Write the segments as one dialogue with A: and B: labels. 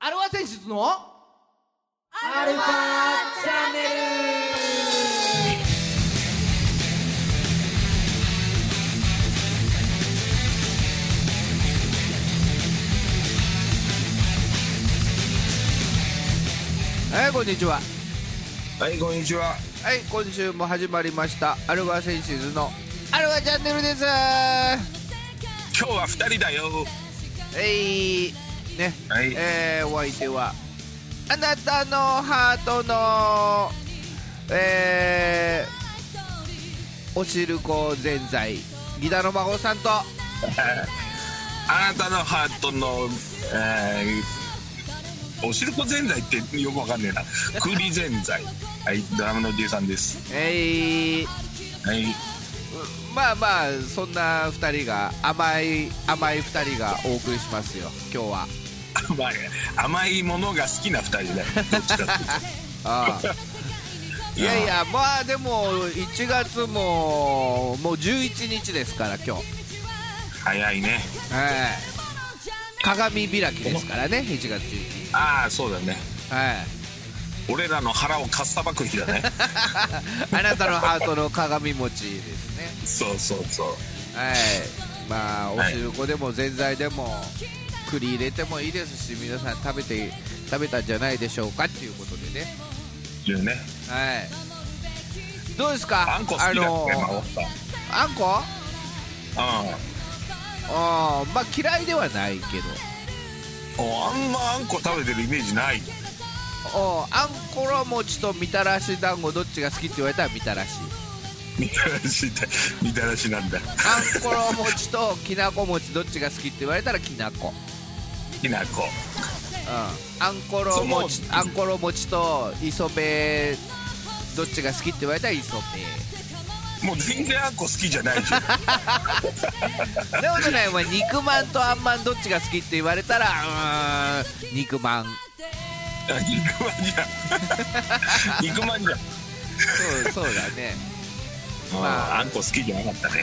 A: アルファ選出の
B: アルファチャンネル
A: はいこんにちは
C: はい、こんにちは。
A: はい今週も始まりましたアルファ選出のアルファチャンネルです
C: 今日は二人だよ。
A: えいね、
C: はい
A: えーお相手はあなたのハートのえーおしるこぜんざいギターの孫さんと
C: あなたのハートの、えーおしるこぜんざいってよくわかんねえ な。栗ぜんざい。はい、ドラムの D さんです。
A: えいう
C: はい、
A: まあまあそんな2人が甘い甘い2人がお送りしますよ今日は
C: まあ、甘いものが好きな二人だよ。どっちかっていう
A: ああいやいやまあでも1月ももう11日ですから今日
C: と早いね。
A: はい鏡開きですからね1月11日
C: ああ、そうだね。
A: はい
C: 俺らの腹をかっさばく日だ ね。
A: あなたのハートの鏡餅ですね
C: そうそうそう。
A: はいまあお
C: はい
A: しるこでもぜんざいでも栗入れてもいいですし皆さん食べて食べたんじゃないでしょうかっていうことでね
C: いうね。
A: はいどうですか
C: あんこ好きだって、
A: の
C: まあ、おっ
A: あんこ
C: た。うん。
A: あーまあ嫌いではないけど
C: おあんまあんこ食べてるイメージない。
A: おあんころ餅とみたらし団子どっちが好きって言われたらみたらし
C: みたらしだ、みたらしなんだ。
A: あんころ餅ときなこ餅どっちが好きって言われたらきなこ、
C: きなこ。
A: うん、あんころ餅
C: その
A: あんころ餅と磯辺どっちが好きって言われたら磯辺
C: もう全然あんこ好きじゃないじゃん
A: そんなことないお前肉まんとあんまんどっちが好きって言われたらうーん肉まん
C: 肉まんじゃん肉まんじゃん
A: そうそうだねま
C: ああんこ好きじゃなかったね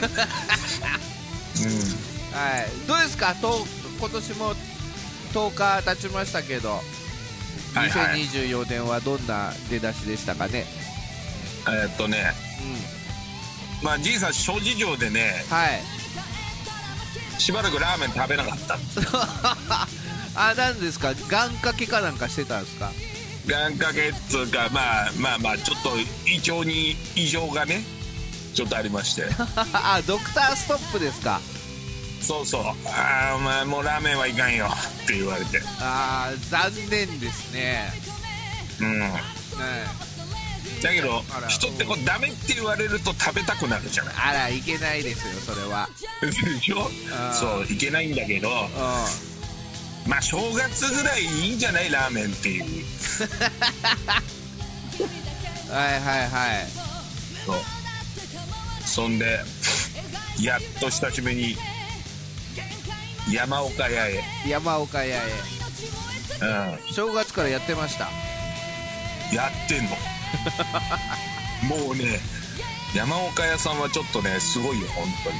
A: はい、どうですか、と今年も10日経ちましたけど、
C: はいはい
A: 2024年はどんな出だしでしたかね。
C: えーっとねまあじいさん諸事情でね
A: うん、はい。
C: しばらくラーメン食べなかった
A: あ、なんですか、願掛けかなんかしてたんですか。
C: 願掛けっつうかまあまあまあちょっと胃腸に異常がねちょっとあり まして
A: あ、ドクターストップですか。
C: そうそうああお前もうラーメンはいかんよって言われて
A: あー、残念ですね。
C: うん
A: うん、
C: だけど
A: あら
C: 人ってこうダメって言われると食べたくなるじゃない
A: あら、いけないですよ、それは。
C: でしょ
A: あー
C: そういけないんだけど
A: う、
C: まあ正月ぐらいいいんじゃないラーメンっていうん
A: はいはいはい。
C: そうそんでやっと久しぶりに山岡屋へ、
A: 山岡屋へ、
C: う
A: 正月からやってました。
C: ん、やってん のもうね山岡屋さんはちょっとねすごいよ本当に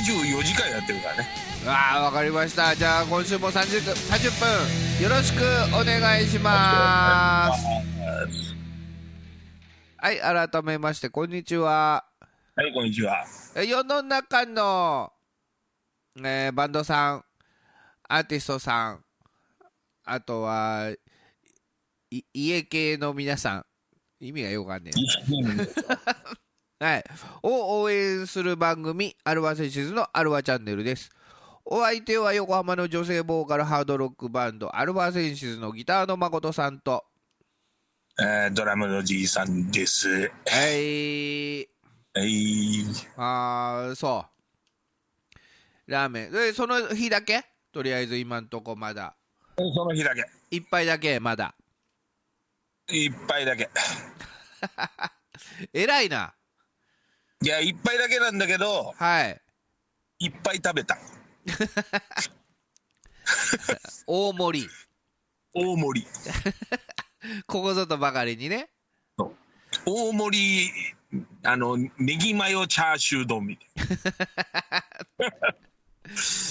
C: 24時間やってるからね
A: わあわかりましたじゃあ今週も30分 ,30 分よろしくお願いしますはい改めましてこんにちは
C: はいこんにちは
A: え世の中の、えーバンドさんアーティストさんあとはい家系の皆さん意味がよくわかんねえはい、を応援する番組「アルワセシズ」の「アルワチャンネル」ですお相手は横浜の女性ボーカルハードロックバンドアルファセンシズのギターの誠さんと
C: えードラムのじいさんです
A: はい
C: はい
A: あーそうラーメンでその日だけとりあえず今んとこまだ
C: その日だけ
A: 一杯だけまだ
C: 一杯だけ
A: 偉いない
C: や一杯だけなんだけど
A: はい
C: いっぱい食べた
A: 大盛り
C: 大盛り
A: ここぞとばかりにね
C: 大盛りあのネギマヨチャーシュー丼みたい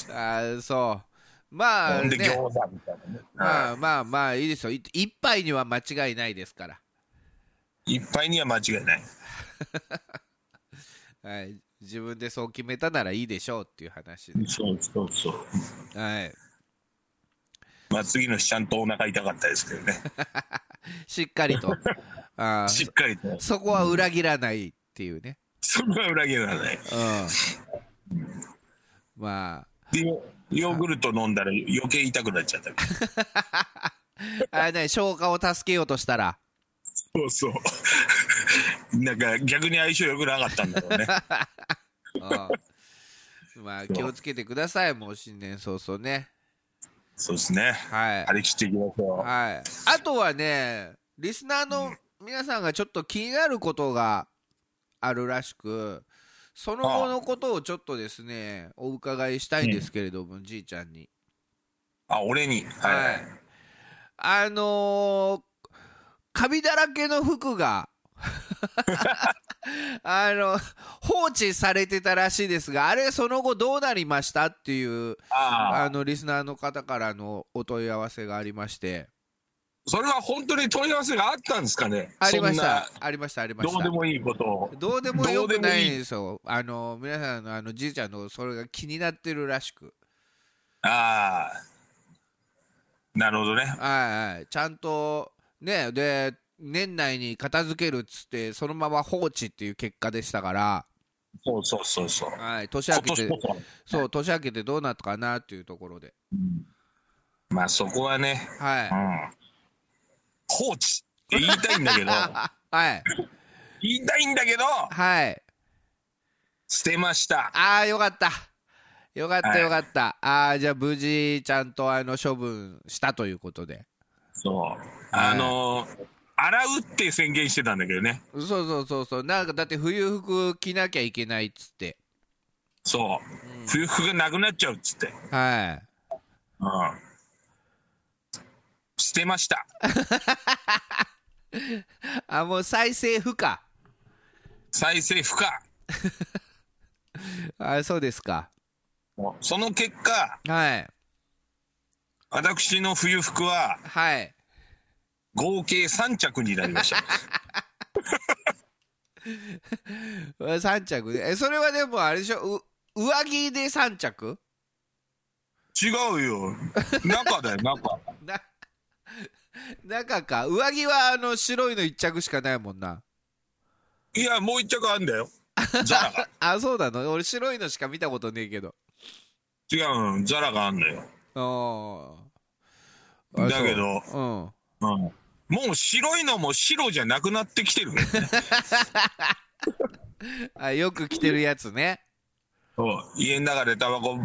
A: あーそうまあ、
C: ほんで餃
A: ね、
C: 子みたいなね、
A: まあまあまあいいですよい一杯には間違いないですから
C: いっぱいには間違いない
A: はい、自分でそう決めたならいいでしょうっていう話で、
C: そうそうそう
A: はい、
C: まあ次の日ちゃんとお腹痛かったですけどね
A: しっかりとあー
C: しっかりと
A: そこは裏切らないっていうね、
C: それは裏切らない
A: うん、ま
C: でヨーグルト飲んだら余計痛くなっちゃった
A: ああれ、ね、消化を助けようとしたら
C: そうそう なんか逆に相性良くなかったんだろ うね
A: うんまあ気をつけてくださいもう新年早々ね
C: そうですね
A: はい、
C: 張り切っていきましょ
A: はい、あとはねリスナーの皆さんがちょっと気になることがあるらしくその後のことをちょっとですねお伺いしたいんですけれども、じいちゃんに
C: うあ俺にはい、
A: はいあのー、カビだらけの服 があの放置されてたらしいですがあれその後どうなりましたっていう
C: ああ
A: あのリスナーの方からのお問い合わせがありまして
C: それは本当に問い合わせがあったんですかね
A: ありまし
C: そん
A: た
C: な
A: ありましたありまし
C: ど
A: た
C: うでもいいことを
A: どうでもよく
C: どうでも
A: ないい
C: い
A: んですよあの皆さんのあのじいちゃんのそれが気になってるらしく
C: ああなるほどね
A: はいはいちゃんとねで年内に片付けるっつってそのまま放置っていう結果でしたから、
C: そうそうそうそう
A: はい、年明
C: 今
A: けて
C: 年こそ
A: そう年明けてどうなったかなっていうところで
C: まあそこはね、
A: は
C: う
A: い
C: ん、放置って言いたいんだ けど
A: はい
C: 言いたいんだけど
A: はい
C: 捨てました
A: ああよかったよかっ
C: は
A: た
C: い
A: よかった、ああじゃあ無事ちゃんとあの処分したということで
C: そうあのー洗うって宣言してたんだけどね
A: そうそうそうそうなんかだって冬服着なきゃいけないっつって
C: そう、冬服がなくなっちゃうっつって、
A: はい
C: うん、捨てました
A: あもう再生不可
C: 再生不可
A: あそうですか
C: その結果
A: はい
C: 私の冬服は
A: はい
C: 合計3着になりました
A: 3着でえそれはでもあれでしょう上着で3着
C: 違うよ中だよ中
A: な 中か上着はあの白いの1着しかないもんない
C: やもう1着あんだよザラが
A: あそうなの俺白いのしか見たことねえけど
C: 違うのザラがあんのよ、
A: お
C: だけど
A: うん
C: うん、もう白いのも白じゃなくなってきてるね
A: あよく着てるやつね
C: そう家の中でタバコバ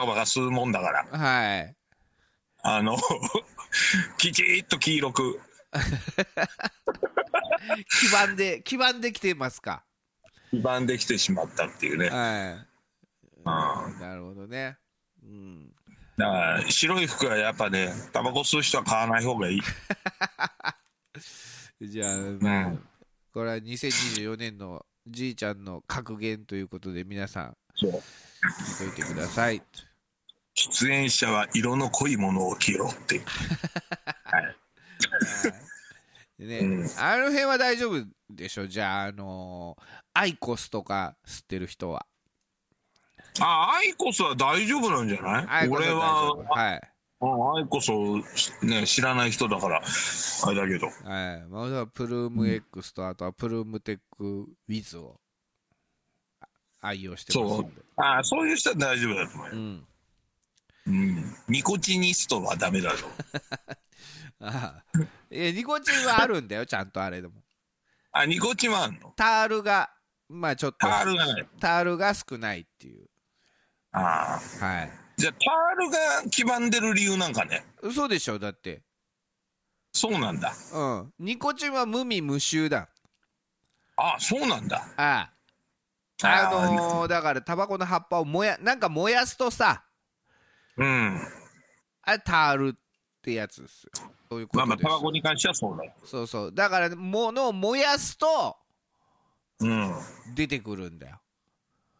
C: カバカ吸うもんだから
A: はい
C: あの きちっと黄色く
A: 基盤で基盤で着てますか
C: 基盤できてしまったっていうねだか
A: はいなるほどねうん
C: ら白い服はやっぱねタバコ吸う人は買わない方がいい、
A: じゃあ、
C: う
A: まあ
C: ん、
A: これは2024年のじいちゃんの格言ということで皆さん
C: そう
A: 聞いといてください
C: 出演者は色の濃いものを着ろっていう
A: でね、
C: うん
A: あの辺は大丈夫でしょじゃああのーアイコスとか吸ってる人は
C: あアイコスは大丈夫なんじゃな
A: ア
C: い
A: イコス
C: 俺
A: 大
C: は
A: 丈夫はい
C: うんアイコスをね知らない人だからあれだけど
A: はい、まずはプルーム X とあとはプルームテックウィズをあ愛用してます
C: そ
A: ん
C: う
A: で
C: ああそういう人は大丈夫だと思うよ、
A: ん
C: うん、ニコチニストはダメだよ
A: ああいやニコチンはあるんだよちゃんとあれでも
C: あニコチンはあんの
A: タールがまあちょっと
C: タールがない
A: タールが少ないっていう
C: ああ
A: はい
C: じゃあ、パールが黄ばんでる理由なんかね。
A: 嘘でしょだって
C: そうなんだ。
A: うんニコチンは無味無臭だ
C: あそうなんだ。
A: あああのーだからタバコの葉っぱを燃やなんか燃やすとさ
C: うん。
A: あれタールってやつですよそういうこ
C: まあ
A: と
C: まあ、
A: です
C: タバコに関してはそうだよ。
A: そうそうだから物を燃やすと
C: うん。
A: 出てくるんだよ、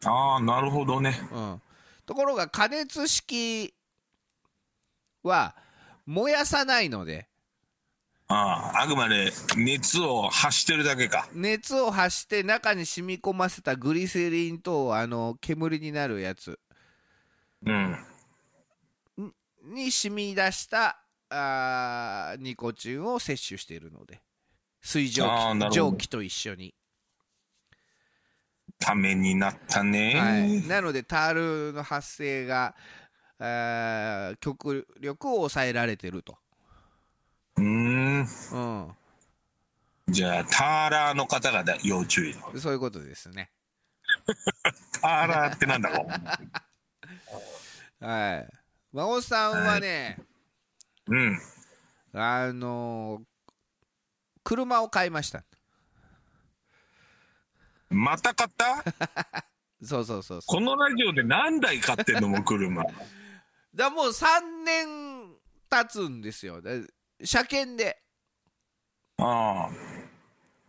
C: ああ、なるほどね。
A: うん、ところが加熱式は燃やさないので
C: あああくまで熱を発してるだけか
A: 熱を発して中に染み込ませたグリセリンとあの煙になるやつ
C: うん
A: に染み出したあーニコチンを摂取しているので水蒸
C: あーなる
A: 気
C: ほど
A: 蒸気と一緒に、
C: ためになったね、
A: はい、なのでタールの発生があー極力抑えられてると、
C: うーん
A: うん、
C: じゃあターラーの方々要注意だ
A: そういうことですね
C: ターラーってなんだろう
A: はい孫さんはね、
C: うん
A: あのー車を買いました
C: また買った
A: そうそうそうそう
C: このラジオで何台買ってんのもう車
A: だからもう3年経つんですよだ車検で
C: ああ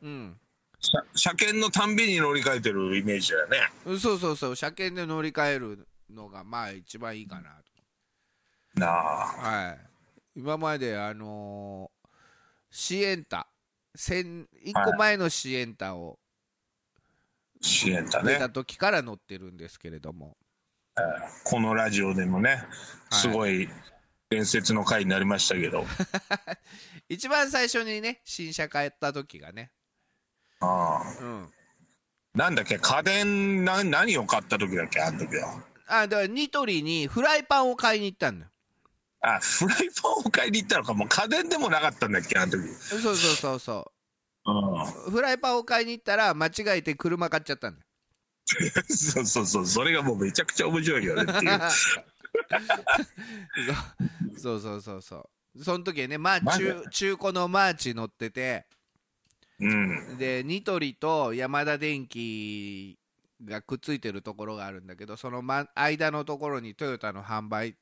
A: うん
C: 車車検のたんびに乗り換えてるイメージだよね
A: そうそうそう車検で乗り換えるのがまあ一番いいかな
C: なあ
A: とはい今まであのーシエンタ1個前のシエンタを
C: 支援だ
A: 出
C: ね
A: た時から乗ってるんですけれども、
C: このラジオでもねすごい伝説の回になりましたけど、
A: 一番最初にね新車買った時がね
C: ああ
A: うん
C: なんだっけ家電な何を買った時だっけあの時は
A: あだからニトリにフライパンを買いに行ったんだよ
C: あフライパンを買いに行ったのかもう家電でもなかったんだっけあの時
A: そうそうそうそう
C: う
A: フライパンを買いに行ったら間違えて車買っちゃったんだよ
C: ん そうそうそうそれがもうめちゃくちゃ面白いよねって いう
A: そうそうそうそうその時はねまあ
C: マジ
A: 中中古のマーチ乗ってて
C: うん
A: でニトリとヤマダ電機がくっついてるところがあるんだけどその、ま、間のところにトヨタの販売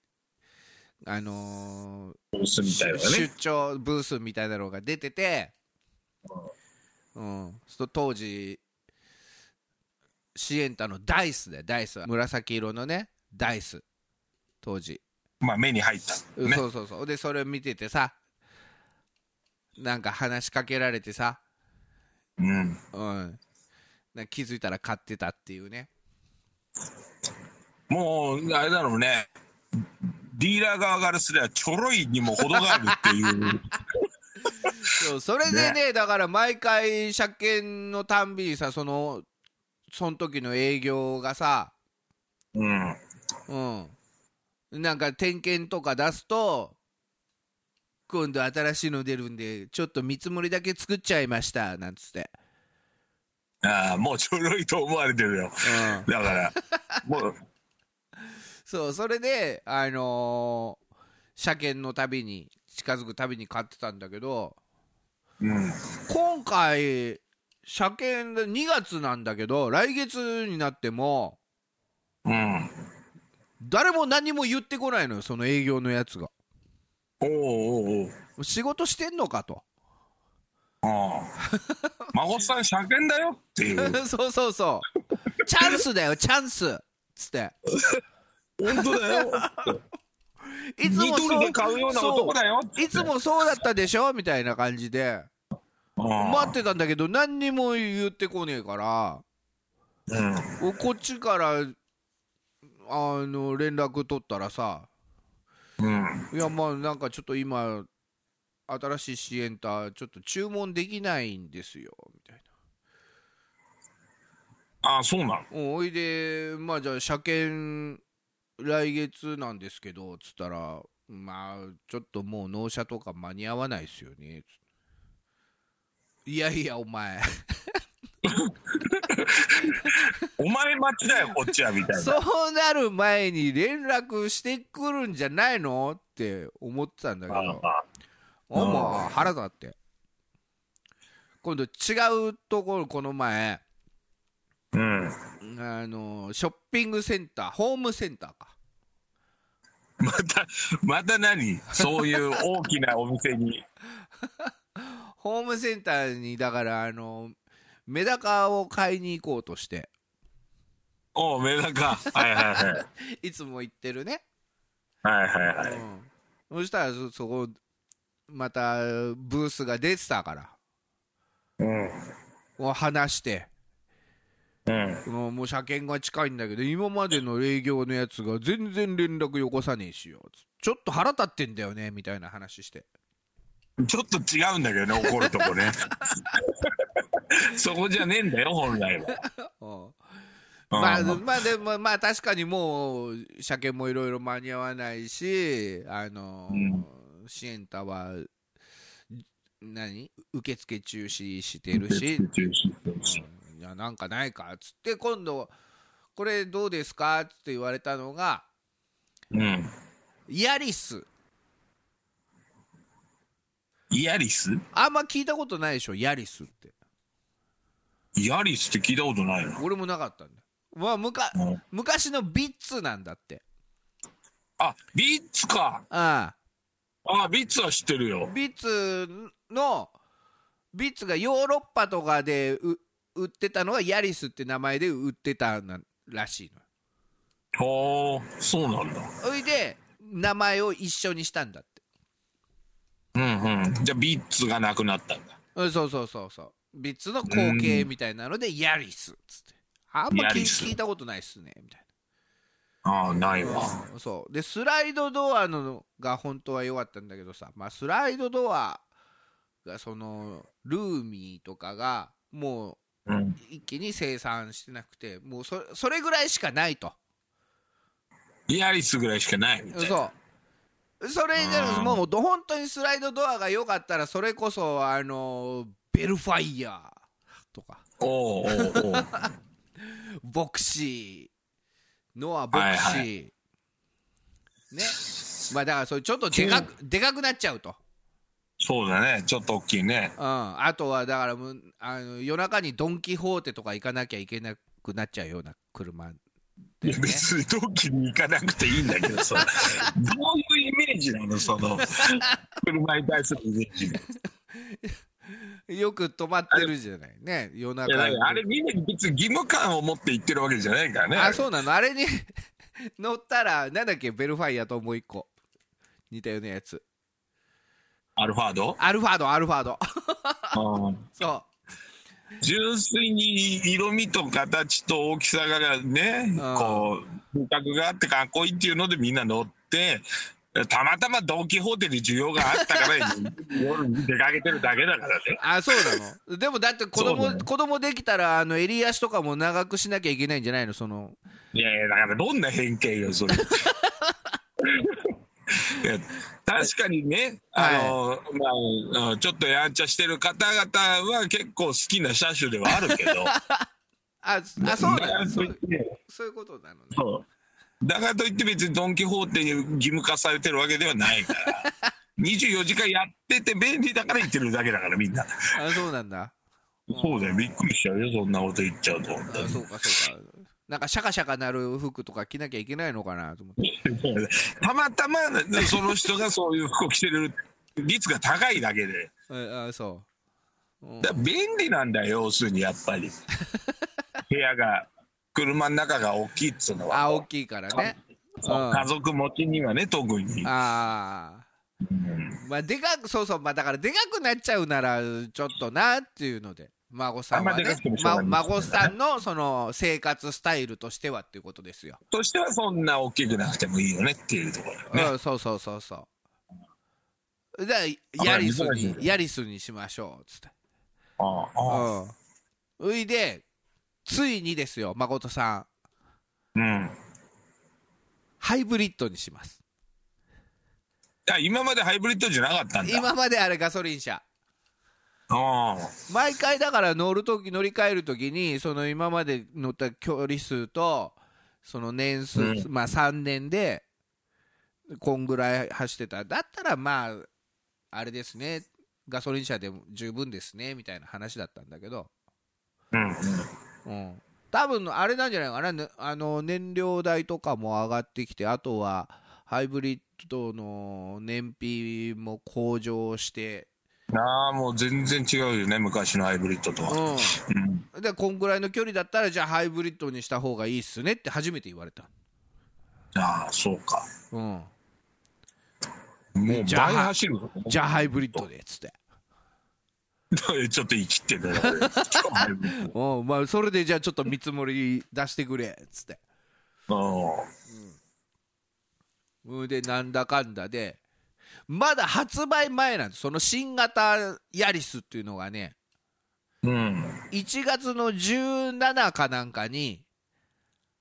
A: あの
C: ブース
A: ー
C: みたいな
A: 出
C: ね
A: 出張ブースみたいなのが出てて、うん、そ当時シエンタのダイスだよダイスは紫色のねダイス当時
C: まあ目に入ったね
A: そうそうそうでそれ見ててさなんか話しかけられてさ、
C: うん
A: うん、なんか気づいたら買ってたっていうね
C: もうあれだろうねディーラー側からすればちょろいにも程があるっていう
A: そうそれでねだから毎回車検のたんびにさそのその時の営業がさ、
C: うん
A: うん、なんか点検とか出すと今度新しいの出るんでちょっと見積もりだけ作っちゃいましたなんつって、
C: ああもうちょろいと思われてるよ
A: うん、
C: だからもう
A: そうそれであのー車検のたびに近づくたびに買ってたんだけど
C: うん
A: 今回車検で2月なんだけど来月になっても
C: うん
A: 誰も何も言ってこないのよその営業のやつが
C: おうおうおう
A: 仕事してんのかと
C: ああ孫さん車検だよっていう
A: そうそうそうチャンスだよチャンスつって
C: 本当だよ
A: いつ
C: ニ
A: も
C: ト
A: そ
C: リで買うような男だよ
A: そういつもそうだったでしょみたいな感じで待
C: 待
A: っ、てたんだけど何にも言ってこねえから
C: うん、
A: おこっちからあの連絡取ったらさ
C: うん、
A: いやまあなんかちょっと今新しいシエンターちょっと注文できないんですよみたい
C: あそうなの
A: なうんおいでまあじゃあ車検来月なんですけどつったらまあちょっともう納車とか間に合わないですよねいやいやお前
C: お前待ちだよこっちはみたいな
A: そうなる前に連絡してくるんじゃないのって思ってたんだけ
C: あ
A: ど
C: あ
A: お
C: うん
A: もう腹立って今度違うところこの前
C: うん
A: あのショッピングセンターホームセンターか
C: またまた何そういう大きなお店に
A: ホームセンターにだからあのメダカを買いに行こうとして
C: おうメダカはいはいはい
A: いつも行ってるね、
C: はいはいうはい
A: んそしたらそそこまたブースが出てたから
C: うん。
A: を話して
C: うん。
A: もうもう車検が近いんだけど今までの営業のやつが全然連絡よこさねえしよちょっと腹立ってんだよねみたいな話して
C: ちょっと違うんだけどね、怒るとこね。 そこじゃねえんだよ、本来は。
A: うん
C: うん
A: まあ、まあでもまあ確かにもう車検もいろいろ間に合わないしあの、
C: うん
A: 支援タワー何受付中止してるし、うん
C: 中止してるし
A: いやなんかないかっつって今度これどうですかっつって言われたのが
C: うん。
A: ヤリス
C: イアリス
A: あんま聞いたことないでしょヤリスって
C: イアリスって聞いたことないな。
A: 俺もなかったんだよまあむか
C: うん
A: 昔のビッツなんだって
C: あ、ビッツか。
A: ああ
C: あ、ビッツは知ってるよ。
A: ビッツのビッツがヨーロッパとかでう売ってたのがヤリスって名前で売ってたならしいの。
C: ほー、そうなんだ。
A: それで名前を一緒にしたんだって。
C: うんうん。じゃあビッツがなくなったんだ。
A: うんそうそうそうそう。ビッツの後継みたいなのでヤリスっつって。あんま
C: ヤ
A: 聞
C: リス
A: 聞いたことないっすねみたい
C: あーないわ。
A: な。そうでスライドドアのが本当は良かったんだけどさ、まあ、スライドドアがそのルーミーとかがもう
C: うん。
A: 一気に生産してなくてもうそそれぐらいしかないと
C: イアリスぐらいしかないみたいな。
A: そうそれで
C: うん
A: もうど本当にスライドドアが良かったらそれこそあのベルファイヤーとか
C: おうおう おう
A: ボクシーノアボクシー、
C: はいは
A: ねまあだからそれちょっとでかくでかくなっちゃうと、
C: そうだね。ちょっと大きいね。
A: うん、あとはだからもうあの夜中にドン・キホーテとか行かなきゃいけなくなっちゃうような車
C: いや別に同期に行かなくていいんだけどさ、どういうイメージなの、そ の、車に対するイメージ。い
A: よく止まってるじゃないね夜中
C: やだか
A: に
C: らあれ、みんな別に義務感を持って行ってるわけじゃないからね。
A: あそうなのあれに 乗ったらなんだっけベルファイアともう一個似たようなやつ
C: アルファード
A: アルファードアルファード
C: うん
A: そ
C: 純粋に色味と形と大きさがね、
A: ん
C: こう、風格があってかっこいいっていうのでみんな乗って、たまたまドン・キホーテに需要があったから、 夜に出かけてるだけだからね
A: う。あそうなの でもだって子
C: そう
A: 供
C: なの
A: 子供できたらあの襟足とかも長くしなきゃいけないんじゃないのその
C: いやいや、だからどんな偏見よ、それ。いや確かにね、
A: はい
C: あの、まああの、ちょっとやんちゃしてる方々は結構好きな車種ではあるけ ど。
A: ああそう
C: だか
A: な
C: ら
A: のそ
C: というって
A: そういうことなのね
C: そうだからといって別にドン・キホーテに義務化されてるわけではないから。24時 間やってて便利だから言ってるだけだからみんな。
A: あそうなんだ
C: そうだよ、びっくりしちゃうよ、そんなこと言っちゃうと。
A: あ そうかそうかなんかシャカシャカなる服とか着なきゃいけないのかなと思って
C: たまたまその人がそういう服を着てる率が高いだけで。
A: ああそう
C: だから便利なんだよ要するにやっ ぱり部屋が車の中が大きいっつうのは
A: あ大きいからね
C: そう
A: うん
C: 家族持ちにはね特に
A: ああまあでかくそうそうまあだからでかくなっちゃうならちょっとなっていうので孫さんは
C: あんま
A: ね
C: でかくてもしょう
A: ま
C: がない
A: 孫さんのその生活スタイルとしてはっていうことですよ、
C: としてはそんな大きくなくてもいいよねっていうところだよね
A: うんそうそうそうそうだから
C: あ
A: ヤリス
C: 珍しい
A: に
C: ね
A: ヤリスにしましょうっつって
C: ああああ
A: うんういでついにですよ誠さん
C: うん
A: ハイブリッドにします
C: あ今までハイブリッドじゃなかったんだ
A: 今まであれガソリン車
C: あ
A: 毎回だから乗る時乗り換える時にその今まで乗った距離数とその年数、
C: うん
A: まあ3年でこんぐらい走ってただったらまああれですねガソリン車でも十分ですねみたいな話だったんだけど、
C: あうん
A: うん、多分あれなんじゃないかなねあの燃料代とかも上がってきてあとはハイブリッドの燃費も向上して、
C: ああもう全然違うよね昔のハイブリッドと
A: う
C: は、
A: ん、
C: うん
A: でこんぐらいの距離だったらじゃあハイブリッドにした方がいいっすねって初めて言われた
C: ああそうか
A: うん
C: もう
A: じゃあ
C: 倍走るぞ
A: じゃあハイブリッドでっつって
C: ちょっと生きてたよ俺超ハイブリッ
A: おうまあそれでじゃあちょっと見積もり出してくれっつって
C: ドうん
A: うんでなんだかんだでまだ発売前なんですその新型ヤリスっていうのがね
C: うん。
A: 1月の17かなんかに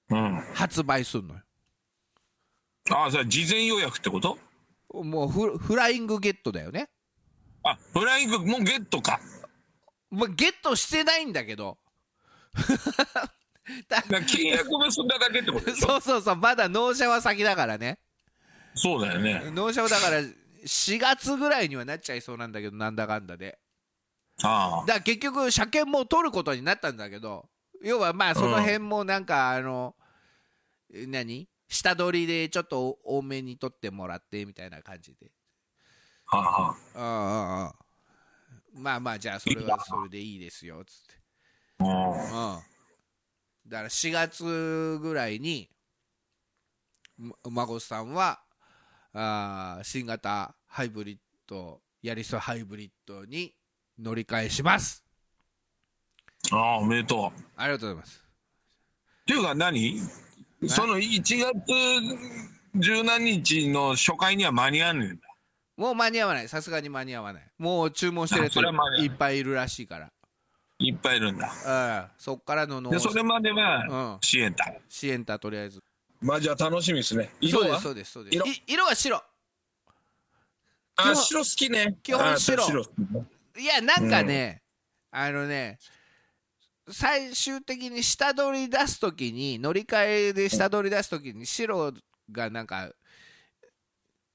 C: うん。
A: 発売するのよ
C: ああ、それ事前予約ってこと
A: もうフフライングゲットだよね、
C: あ、フライングもうゲットか。
A: まあ、ゲットしてないんだけど だ
C: だから契約結んだだけってことでしょ
A: そうそうそうまだ納車は先だからね
C: そうだよね。
A: 納車はだから4月ぐらいにはなっちゃいそうなんだけどなんだかんだで
C: あ
A: だから結局車検も取ることになったんだけど要はまあその辺もなんかあの、え何下取りでちょっと多めに取ってもらってみたいな感じで
C: あ。ああ。
A: うんうんうんまあまあじゃあそれはそれでいいですよつって
C: うん
A: うん、だから4月ぐらいにま孫さんはあー新型ハイブリッドヤリスハイブリッドに乗り換えします
C: ああ、おめでとう。っ
A: ありがとうございます
C: ていうか何その1月十何日の初回には間に合わねえんだ。
A: もう間に合わないさすがに間に合わないもう注文してるや
C: あそれは間に
A: つ
C: 合わない
A: いっぱいいるらしいか
C: いっぱいいるんだ。
A: ら、うん、そっからの納
C: で、それまで
A: う
C: は
A: ん
C: 支援だ。
A: シエンタとりあえず
C: まあじゃあ楽しみですね。
A: そうですそうですそうです
C: 色
A: い色は白基
C: あ、
A: 本
C: 白好きね。
A: 基本白
C: あ白好きね
A: いやなんかね、あのね最終的に下取り出す時に乗り換えで下取り出す時に白がなんか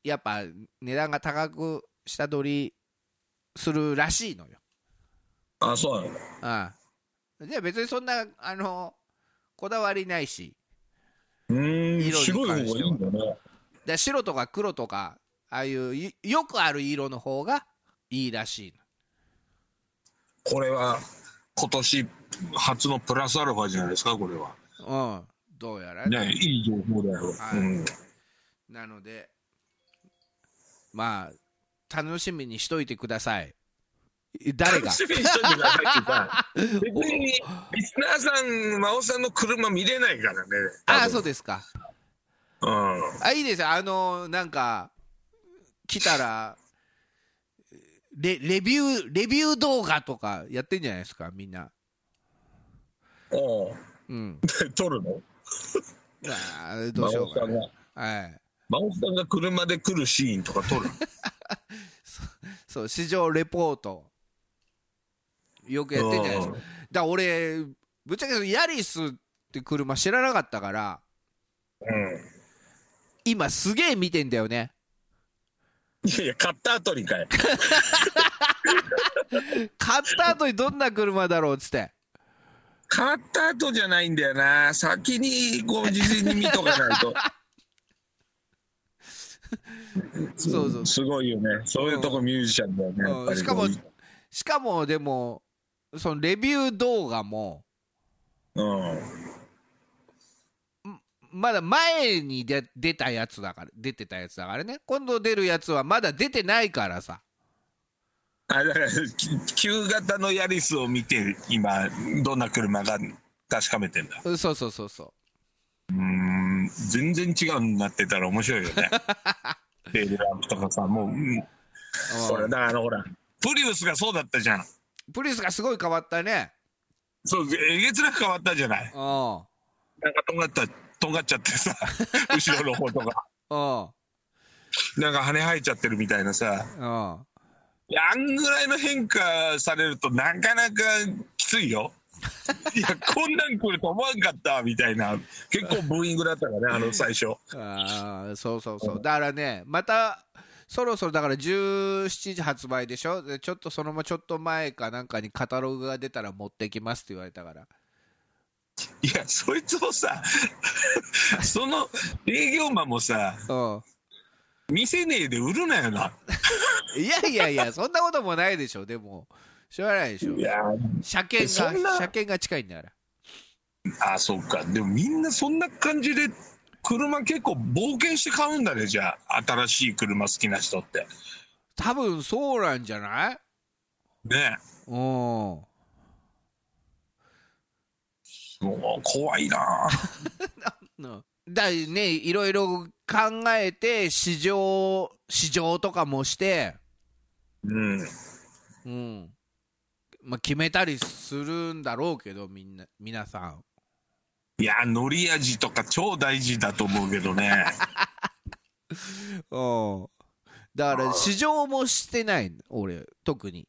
A: やっぱ値段が高く下取りするらしいのよ。
C: あ、そうなんだ。
A: ああで別にそんなあのこだわりないし
C: うーん、
A: 色に関しては
C: 白い方がいいんだね。
A: で白とか黒とかああいういよくある色の方がいいらしいの。
C: これは今年初のプラスアルファじゃないですか、これは。
A: うん、どうやら
C: ね、いい情報だよ。
A: はい
C: うん、
A: なのでまあ楽しみにしといてください誰が
C: 楽しみにしといてくださいって さ、別にリスナーさん、真央さんの車見れないからね。
A: ああそう
C: で
A: ですか
C: す。うん。
A: あいいですよあのなんか来たらレレビューレビュー動画とかやってんじゃないですかみんな
C: おう
A: うん
C: で撮るの
A: あーどうしようか
C: 真央
A: な
C: さんが
A: はい
C: 真央さんが車で来るシーンとか撮るの
A: そう市場レポートよくやってんじゃないですかだ
C: う
A: か
C: ん
A: ら俺ぶっちゃけヤリスって車知らなかったから
C: う
A: 今すげえ見てんだよね
C: ん。いやいや、買った後にかい。
A: 買った後にどんな車だろうっつって
C: 買った後じゃないんだよな。先に、こう、事前に見とかないと。
A: そうそう
C: すごいよね。そういうとこミュージシャンだよね。やっぱ
A: うん
C: り
A: しかもしかもでもそのレビュー動画も
C: うん。
A: まだ前にで出たやつだから出てたやつだからね今度出るやつはまだ出てないからさ
C: あだからき旧型のヤリスを見て今どんな車が確かめてんだ
A: うんそうそうそうそう
C: うーん全然違うになってたら面白いよ ねレールランプとかさもう、うん、ほら
A: うん
C: だからあのほらプリウスがそうだったじゃん
A: プリウスがすごい変わったね
C: そうえげつなく変わったじゃない
A: うん
C: なんかとんがったとんがっちゃって さ後ろの方とか
A: うん
C: なんか羽生えちゃってるみたいなさ
A: うん
C: いやあんぐらいの変化されるとなかなかきついよ。 いやこんなん来ると思わんかったみたいな結構ブーイングだった からねあの最初
A: あーそうそうそうだからねまたそろそろだから17時発売でしょでちょっとそのまちょっと前かなんかにカタログが出たら持ってきますって言われたから
C: いやそいつもさ その営業マンもさ
A: う
C: 見せねえで売るなよなん
A: いやいやいやそんなこともないでしょでもしょうがないでしょ
C: いや
A: 車検
C: そん
A: が
C: な
A: 車検が近いんだから
C: あそうかでもみんなそんな感じで車結構冒険して買うんだね、じゃあ。新しい車好きな人って。
A: 多分そうなんじゃない
C: ね
A: うん。
C: え。もう怖いなぁ
A: うんだね、いろいろ考えて、試乗、試乗とかもして、
C: うん。
A: うん。まあ、決めたりするんだろうけど、みんな、皆さん。
C: いや、乗り味とか超大事だと思うけどね。
A: うん。だから、試乗もしてないんだ俺、特に。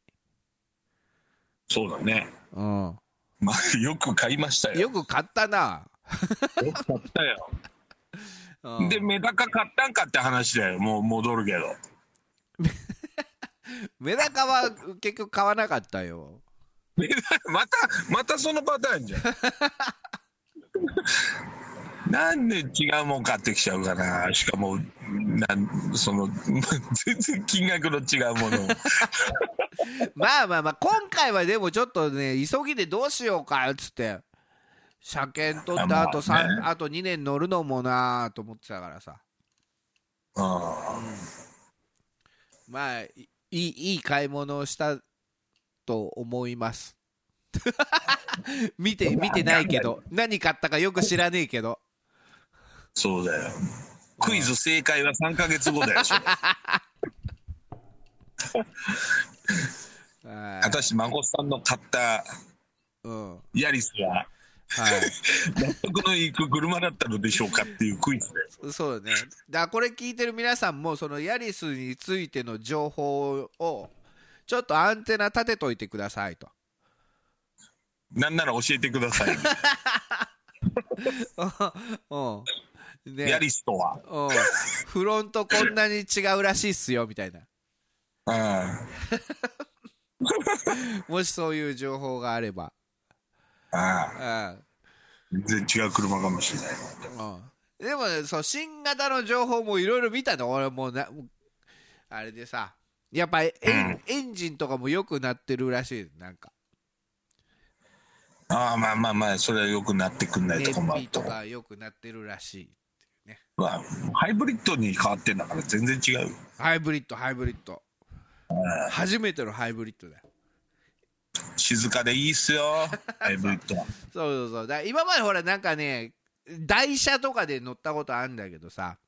C: そうだね。
A: うん。
C: まあ、よく買いましたよ。
A: よく買ったな。
C: よく買ったよ。
A: うん
C: で、メダカ買ったんかって話だよ。もう戻るけど。
A: メダカは結局買わなかったよ。
C: メダ また、またそのパターンじゃん。 なんで違うもん買ってきちゃうかな。しかも、なんその、 全然金額の違うものを。
A: まあまあまあ、今回はでもちょっとね、急ぎでどうしようかっつって、車検取った後、
C: まあね
A: さんあと2年乗るのもなと思ってたからさ、
C: あ
A: まあ、いいいいい買い物をしたと思います。 見て、見てないけど、何買ったかよく知らねえけど、
C: そうだよ。クイズ正解は3ヶ月後だよ、それ
A: は
C: 果たして孫さんの買った
A: い、うん、はい、
C: ヤリスは、納得のいく車だったのでしょうかっていうクイズで。
A: そう だね。だからこれ聞いてる皆さんも、そのヤリスについての情報を、ちょっとアンテナ立てといてくださいと。
C: なんなら教えてください。
A: うん。ね
C: ヤリスとは。
A: うん。フロントこんなに違うらしいっすよ、みたいな。
C: うん。
A: もしそういう情報があれば。
C: ああ、
A: うん。
C: 全然違う車かもしれない。
A: うんでも、そう、新型の情報もいろいろ見たの。俺もうな、あれでさ。やっぱエン、
C: うん
A: エンジンとかも良くなってるらしい。なんか。
C: ああ、まあまあまあ、それは良くなってくんない
A: 燃
C: と困
A: 費
C: ると
A: と
C: 思う。
A: か良くなってるらしい。
C: まあ、ハイブリッドに変わってんだから全然違う。
A: ハイブリッド、ハイブリッド。初めてのハイブリッドだよ。
C: 静かでいいっすよ、 ハイブリッドは。
A: そうそうそう。だから今までほら、なんかね、台車とかで乗ったことあるんだけどさ、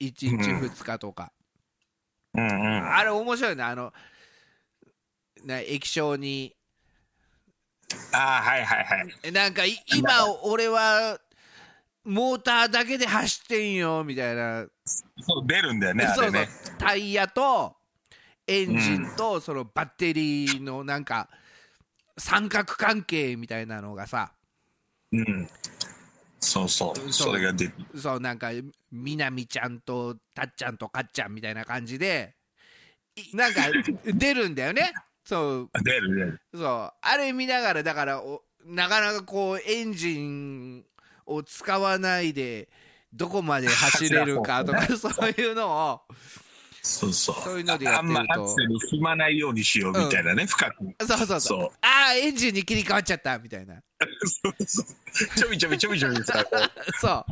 A: 1日
C: うん
A: 2日とか。
C: うんうん。
A: あれ面白いね、あの、な液晶に、
C: ああ、はいはいはい。
A: なんかい今、俺は、モーターだけで走ってんよ、みたいな。
C: そう出るんだよね、あ
A: そう
C: れ
A: そう
C: ね。。
A: タイヤと、エンジンと、そのバッテリーのなんか、三角関係みたいなのがさ、
C: うん。そうそうう。
A: んそう
C: それが出て
A: そうなんかみなみちゃんとたっちゃんとかっちゃんみたいな感じでいなんか出るんだよねそう
C: 出る出る。
A: そうあれ見ながらだからおなかなかこうエンジンを使わないでどこまで走れるかとかそういうのを
C: そうそう。
A: そういうのでやってると
C: あんまアクセル踏まないようにしようみたいなね、深く。
A: そうそうそう
C: そう
A: ああエンジンに切り替わっちゃったみたいな
C: そうそう。ちょびちょびちょびちょびさ、こう
A: そう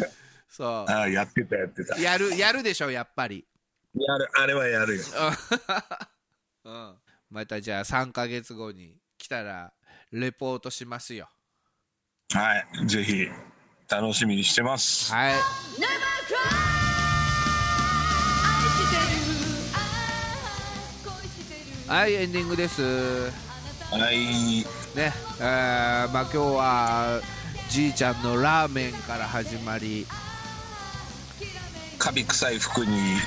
A: そ
C: ああ、やってたやってた。
A: うやるやるでしょやっぱり
C: やる、あれはやるよ。
A: うんうんまたじゃあ3ヶ月後に来たらレポートしますよ
C: はい、ぜひ楽しみにしてます。
A: はいはいエンディングです
C: はい、
A: ねえーまあ今日はじいちゃんのラーメンから始まり
C: カビ臭い服 に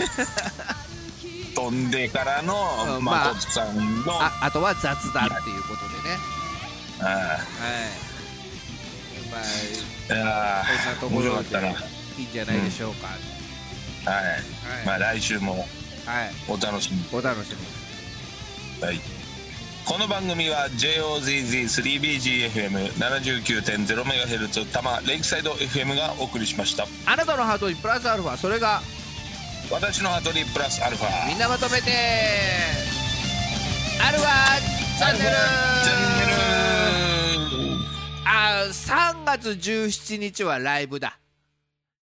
C: 飛んでからの
A: うんまあ
C: まこさんの、
A: ああとは雑談っていうことでね
C: あ
A: はいまあ
C: あいや
A: こ
C: ー
A: んなところ
C: 面白かったな。
A: で
C: はい、
A: いいんじゃないでしょうか、はい
C: まあ来週も
A: はい
C: お楽しみ
A: お楽しみ
C: ください。この番組は JOZZ3BGFM79.0MHz 多摩レイクサイド FM がお送りしました
A: あなたのハートにプラスアルファそれが
C: 私のハトリプラスアルファ
A: みんなまとめてアルファチャンネル
C: チャンネル
A: あー3月17日はライブだ